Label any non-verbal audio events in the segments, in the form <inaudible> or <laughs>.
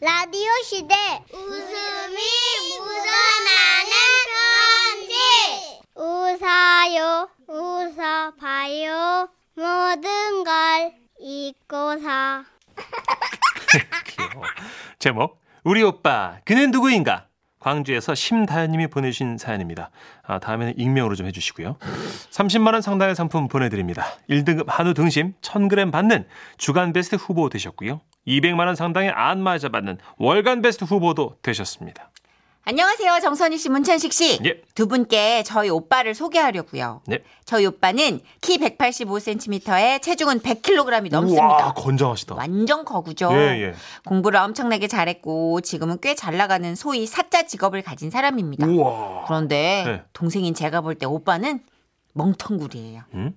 라디오 시대 웃음이 묻어나는 편지 웃어요 웃어봐요 모든 걸 잊고서 귀여워. 제목 우리 오빠 그는 누구인가 광주에서 심다현님이 보내주신 사연입니다. 아, 다음에는 익명으로 좀 해주시고요. 30만 원 상당의 상품 보내드립니다. 1등급 한우 등심 1,000g 받는 주간 베스트 후보 되셨고요. 200만 원 상당의 안마자 받는 월간 베스트 후보도 되셨습니다. 안녕하세요. 정선희 씨, 문천식 씨. 예. 두 분께 저희 오빠를 소개하려고요. 네. 저희 오빠는 키 185cm에 체중은 100kg이 와 넘습니다. 건장하시다. 완전 거구죠. 예, 예. 공부를 엄청나게 잘했고 지금은 꽤 잘 나가는 소위 사자 직업을 가진 사람입니다. 우와. 그런데 네. 동생인 제가 볼 때 오빠는 멍텅구리예요. 음?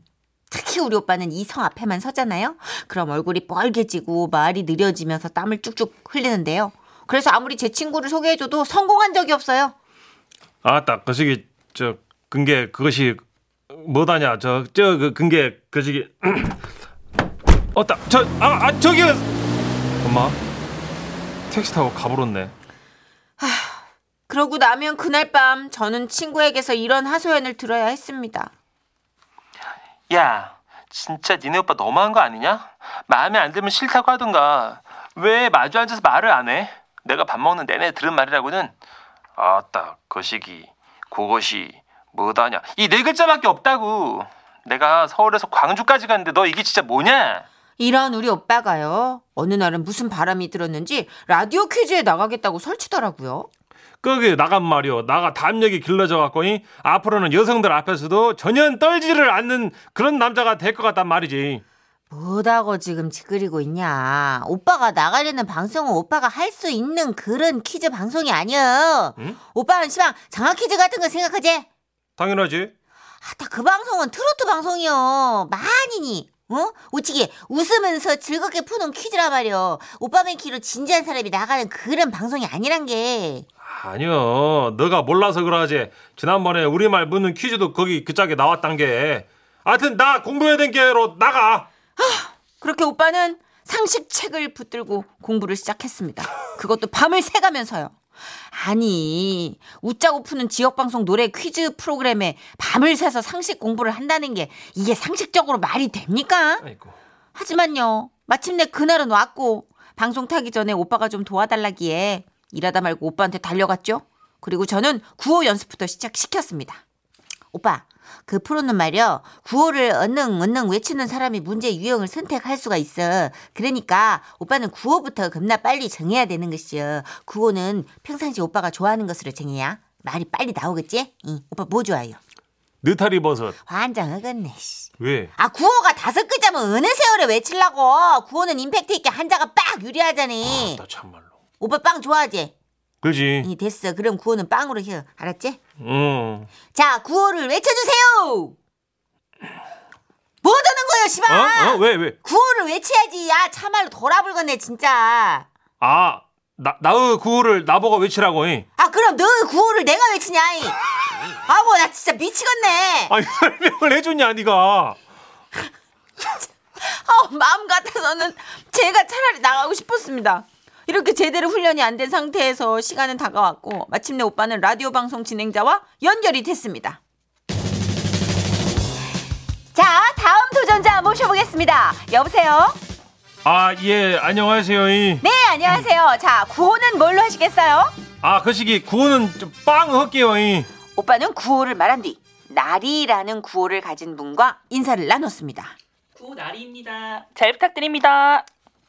특히 우리 오빠는 이 성 앞에만 서잖아요. 그럼 얼굴이 뻘개지고 말이 느려지면서 땀을 쭉쭉 흘리는데요. 그래서 아무리 제 친구를 소개해줘도 성공한 적이 없어요. 아따 그 거시기 저 근게 그것이 뭐다냐 저 저 그 근게 거시기 <clears throat> 어따 저아 아, 저기요 엄마 택시 타고 가버렸네 그러고 나면 그날 밤 저는 친구에게서 이런 하소연을 들어야 했습니다. 야 진짜 니네 오빠 너무한 거 아니냐? 마음에 안 들면 싫다고 하던가 왜 마주 앉아서 말을 안 해? 내가 밥 먹는 내내 들은 말이라고는 그 아따 거시기 그것이 뭐다냐 이 네 글자밖에 없다고 내가 서울에서 광주까지 갔는데 너 이게 진짜 뭐냐 이런 우리 오빠가요. 어느 날은 무슨 바람이 들었는지 라디오 퀴즈에 나가겠다고 설치더라고요. 거기 나간 말이오 나가 담력이 길러져 갖고 이 앞으로는 여성들 앞에서도 전혀 떨지를 않는 그런 남자가 될 것 같단 말이지 뭐다고 지금 지그리고 있냐. 오빠가 나가려는 방송은 오빠가 할 수 있는 그런 퀴즈 방송이 아니여. 오빠는 시방 장학 퀴즈 같은 거 생각하지? 아, 당연하지 따그 방송은 트로트 방송이요. 많이니. 어? 우치게 웃으면서 즐겁게 푸는 퀴즈라 말이요. 오빠 맨 키로 진지한 사람이 나가는 그런 방송이 아니란 게. 아니요. 너가 몰라서 그러지. 지난번에 우리말 묻는 퀴즈도 거기 그 짝에 나왔단 게. 하여튼 나 공부해야 된 게로 나가. 그렇게 오빠는 상식책을 붙들고 공부를 시작했습니다. 그것도 밤을 새가면서요. 아니, 웃자고 푸는 지역방송 노래 퀴즈 프로그램에 밤을 새서 상식 공부를 한다는 게 이게 상식적으로 말이 됩니까? 아이고. 하지만요, 마침내 그날은 왔고, 방송 타기 전에 오빠가 좀 도와달라기에 일하다 말고 오빠한테 달려갔죠? 그리고 저는 구호 연습부터 시작시켰습니다. 오빠, 그 프로는 말이요, 구호를 언능, 언능 외치는 사람이 문제 유형을 선택할 수가 있어. 그러니까 오빠는 구호부터 겁나 빨리 정해야 되는 것이요. 구호는 평상시 오빠가 좋아하는 것으로 정해야 말이 빨리 나오겠지? 응, 오빠 뭐 좋아해요? 느타리 네 버섯. 완전 어긋네, 씨. 왜? 아 구호가 다섯 글자면 어느 세월에 외치려고 구호는 임팩트 있게 한자가 빡 유리하자니 아, 나 참말로. 오빠 빵 좋아하지? 그지? 이 됐어 그럼 구호는 빵으로 해 알았지? 응. 자 구호를 외쳐주세요 뭐 드는 거예요 시발 어? 어? 왜 왜? 구호를 외쳐야지 아 참말로 돌아불겠네 진짜 아, 나 나의 구호를 나보고 외치라고. 이. 아 그럼 너 구호를 내가 외치냐 아뭐 나 진짜 미치겠네 아니 <laughs> 설명을 해줬냐 네가? 어, 마음 같아서는 제가 차라리 나가고 싶었습니다. 이렇게 제대로 훈련이 안 된 상태에서 시간은 다가왔고 마침내 오빠는 라디오 방송 진행자와 연결이 됐습니다. 자, 다음 도전자 모셔보겠습니다. 여보세요? 아, 예. 안녕하세요. 이. 네, 안녕하세요. 자, 구호는 뭘로 하시겠어요? 아, 그 거시기 구호는 좀빵 할게요. 이. 오빠는 구호를 말한 뒤 나리라는 구호를 가진 분과 인사를 나눴습니다. 구호 나리입니다. 잘 부탁드립니다.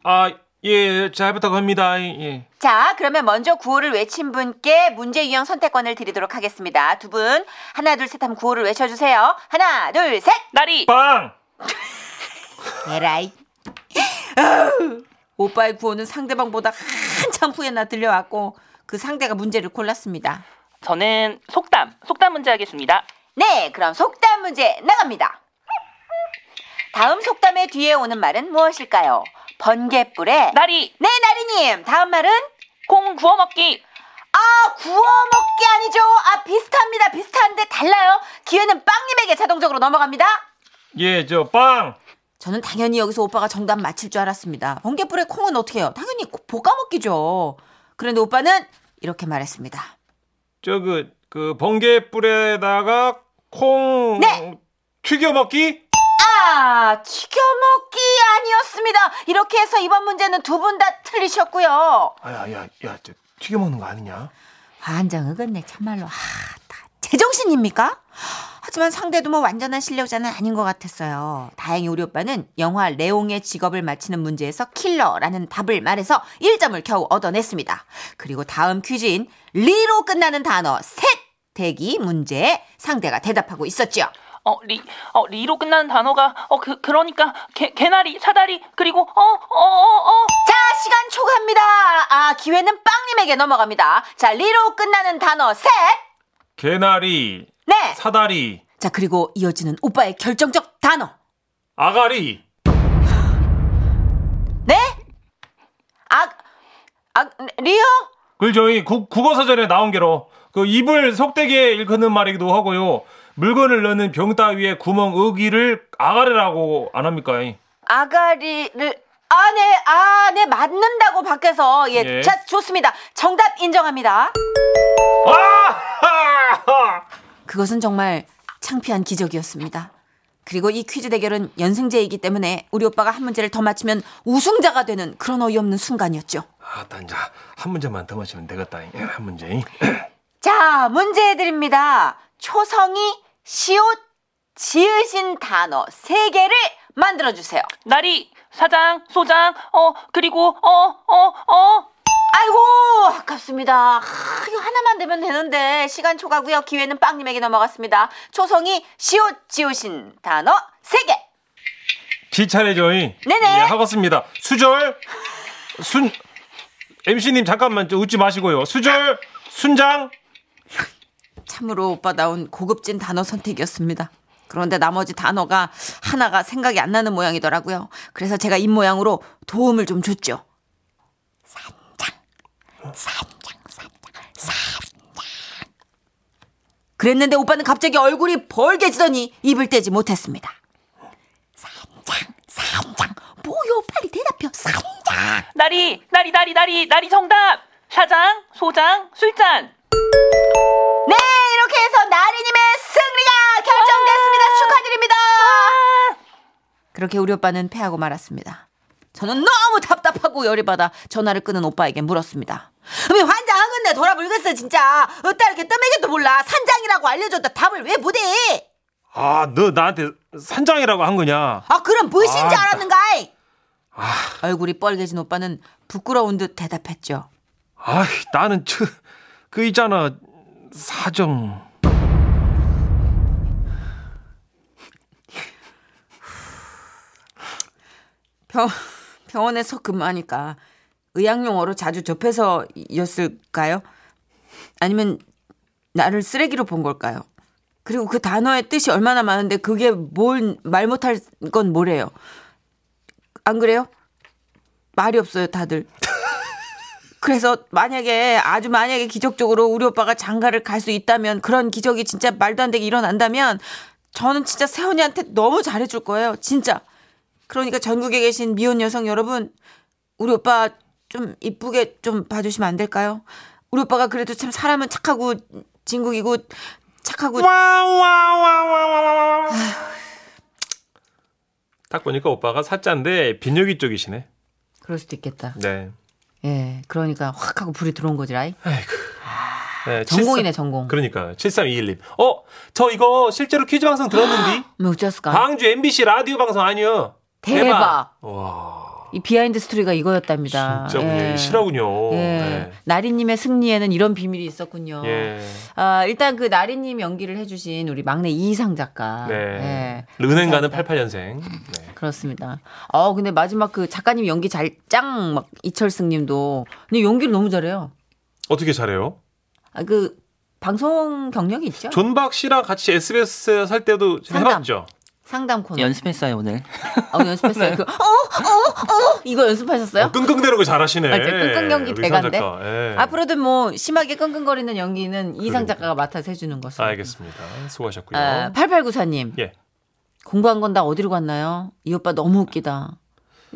아, 예. 잘 부탁합니다. 이. 예. 자, 그러면 먼저 구호를 외친 분께 문제 유형 선택권을 드리도록 하겠습니다. 두 분, 하나, 둘, 셋 하면 구호를 외쳐주세요. 하나, 둘, 셋! 나리. 빵! 에라이. 오빠의 구호는 상대방보다 한참 후에나 들려왔고, 그 상대가 문제를 골랐습니다. 저는 속담, 속담 문제 하겠습니다. 네, 그럼 속담 문제 나갑니다. 다음 속담의 뒤에 오는 말은 무엇일까요? 번개불에. 나리, 네, 나리님! 다음 말은? 콩 구워 먹기. 아, 구워 먹기 아니죠? 아, 비슷합니다. 비슷한데 달라요. 기회는 빵님에게 자동적으로 넘어갑니다. 예, 저 빵. 저는 당연히 여기서 오빠가 정답 맞힐 줄 알았습니다. 번개불에 콩은 어떻게 해요? 당연히 코- 볶아먹기죠. 그런데 오빠는 이렇게 말했습니다. 저그 그 번개 뿔에다가 콩 네. 튀겨 먹기? 아, 튀겨먹기 아니었습니다. 이렇게 해서 이번 문제는 두 분 다 틀리셨고요. 아야야야, 저 튀겨 먹는 거 아니냐? 환장 어긋네 참말로 아, 다 제정신입니까? 하지만 상대도 뭐 완전한 실력자는 아닌 것 같았어요. 다행히 우리 오빠는 영화 레옹의 직업을 마치는 문제에서 킬러라는 답을 말해서 1점을 겨우 얻어냈습니다. 그리고 다음 퀴즈인 리로 끝나는 단어 셋 대기 문제에 상대가 대답하고 있었죠. 어, 리, 어, 리로 끝나는 단어가, 어, 그, 그러니까, 개, 개나리, 사다리, 그리고, 어, 어, 어, 어. 자, 시간 초과합니다. 아, 기회는 빵님에게 넘어갑니다. 자, 리로 끝나는 단어 셋. 개나리, 네. 사다리, 자, 그리고 이어지는 오빠의 결정적 단어. 아가리. 네? 아, 아, 리요? 그 저희 국, 국어 사전에 나온 게로 그 입을 속대기에 일컫는 말이기도 하고요. 물건을 넣는 병 따위에 구멍 어기를 아가리라고 안 합니까? 아가리를, 아, 네, 아, 네, 맞는다고 밖에서. 예, 예. 자, 좋습니다. 정답 인정합니다. <laughs> 아! 그것은 정말 창피한 기적이었습니다. 그리고 이 퀴즈 대결은 연승제이기 때문에 우리 오빠가 한 문제를 더 맞히면 우승자가 되는 그런 어이없는 순간이었죠. 아따 이제 한 문제만 더 맞히면 되겠다. 잉. 한 문제. 잉. <clears throat> 자, 문제 드립니다. 초성이 시옷 지으신 단어 세개를 만들어주세요. 나리, 사장, 소장, 어, 그리고, 어, 어, 어. 아이고 아깝습니다. 아, 이거 하나만 되면 되는데 시간 초과고요. 기회는 빵님에게 넘어갔습니다. 초성이 시옷 지우신 단어 세 개. 지 차례죠. 잉. 네네. 예, 하겠습니다. 수절, 순, MC님 잠깐만 좀 웃지 마시고요. 수절, 순장, 참으로 오빠 나온 고급진 단어 선택이었습니다. 그런데 나머지 단어가 하나가 생각이 안 나는 모양이더라고요. 그래서 제가 입 모양으로 도움을 좀 줬죠. 산장, 산장, 산장, 산장. 그랬는데 오빠는 갑자기 얼굴이 벌개지더니 입을 떼지 못했습니다. 산장, 산장. 뭐요? 빨리 대답해요. 산장. 나리, 나리, 나리, 나리, 나리 정답! 사장, 소장, 술잔. 네, 이렇게 해서 나리님의 승리가 결정됐습니다. 축하드립니다. 아. 그렇게 우리 오빠는 패하고 말았습니다. 저는 너무 답답하고 열이 받아 전화를 끊은 오빠에게 물었습니다. 어미 환장 한 건데 돌아불겠어 진짜. 어따 이렇게 떠매기도 몰라. 산장이라고 알려줬다 답을 왜 못해? 아, 너 나한테 산장이라고 한 거냐? 아 그럼 무엇인 줄 아, 알았는가? 얼굴이 뻘개진 오빠는 부끄러운 듯 대답했죠. 아, 나는 저, 그 있잖아 사정. 병, <laughs> 병원에서 근무하니까 의학용어로 자주 접해서였을까요? 아니면 나를 쓰레기로 본 걸까요? 그리고 그 단어의 뜻이 얼마나 많은데 그게 뭘 말 못할 건 뭐래요? 안 그래요? 말이 없어요, 다들. <laughs> 그래서 만약에 아주 만약에 기적적으로 우리 오빠가 장가를 갈 수 있다면 그런 기적이 진짜 말도 안 되게 일어난다면 저는 진짜 세원이한테 너무 잘해줄 거예요, 진짜. 그러니까 전국에 계신 미혼 여성 여러분, 우리 오빠 좀 이쁘게 좀 봐주시면 안 될까요? 우리 오빠가 그래도 참 사람은 착하고 진국이고 착하고 딱 보니까 오빠가 사자인데 빈여기 쪽이시네. 그럴 수도 있겠다. 네. 예, 그러니까 확 하고 불이 들어온 거지, 라이. 네, 전공이네, 73 전공. 아, 그러니까 7321님. 어, 저 이거 실제로 퀴즈 방송 들었는데 뭐 어쩌었을까? 광주 MBC 라디오 방송 아니요. 대박. 와, 이 비하인드 스토리가 이거였답니다. 진짜 분이 예. 실화군요. 예. 어. 네. 나리님의 승리에는 이런 비밀이 있었군요. 예. 아, 일단 그 나리님 연기를 해주신 우리 막내 이희상 작가. 네. 예. 은행 가는 감사합니다. 88년생. 네. 그렇습니다. 어 근데 마지막 그 작가님 연기 잘 짱 막 이철승님도 근데 연기를 너무 잘해요. 어떻게 잘해요? 아, 그 방송 경력이 있죠? 존박 씨랑 같이 SBS 살 때도 상담. 해봤죠. 상담 코너. 연습했어요, 오늘. 어, <laughs> 연습했어요. 네. 그, 어, 어, 어, 이거 연습하셨어요? 끙끙대는 거 잘하시네. 아, 이제 끙끙경기 우리 대가인데. 상 작가. 예. 앞으로도 뭐 심하게 끙끙거리는 연기는 이상 작가가 맡아서 해주는 것으로. 그러니까. 알겠습니다. 수고하셨고요. 아, 8894님 예. 공부한 건 다 어디로 갔나요? 이 오빠 너무 웃기다.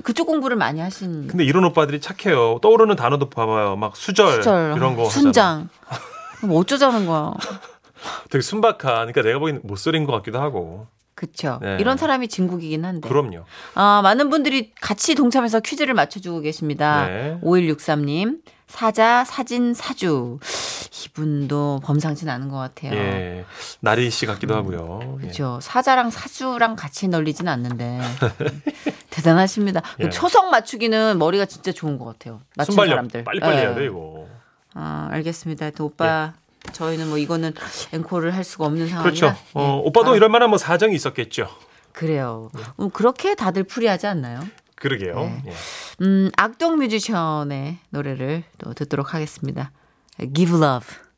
그쪽 공부를 많이 하신 근데 이런 오빠들이 착해요. 떠오르는 단어도 봐봐요. 막 수절, 시절 이런 거 하잖아. 순장 그럼 어쩌자는 거야 되게 순박한. 그러니까 내가 보기엔 못소린 것 같기도 하고. 그쵸 네. 이런 사람이 진국이긴 한데 그럼요. 아, 많은 분들이 같이 동참해서 퀴즈를 맞춰주고 계십니다. 네. 5163님, 사자, 사진, 사주. 이분도 범상치 는 않은 것 같아요. 예, 나리 씨 같기도 하고요. 예. 그렇죠. 사자랑 사주랑 같이 널리진 않는데 음. <laughs> 대단하십니다. 그 예. 초성 맞추기는 머리가 진짜 좋은 것 같아요. 맞춘 순발력 사람들. 빨리빨리 예. 해야 돼 이거. 아, 알겠습니다. 하여튼 오빠 저희는 뭐 이거는 앵콜을 할 수가 없는 상황이라. 그렇죠. 어, 예. 오빠도 예. 아, 이럴 만한 뭐 사정이 있었겠죠. 그래요. 음, 그렇게 다들 풀이하지 않나요? 그러게요. 네. 예. 음, 악동 뮤지션의 노래를 또 듣도록 하겠습니다. Give Love.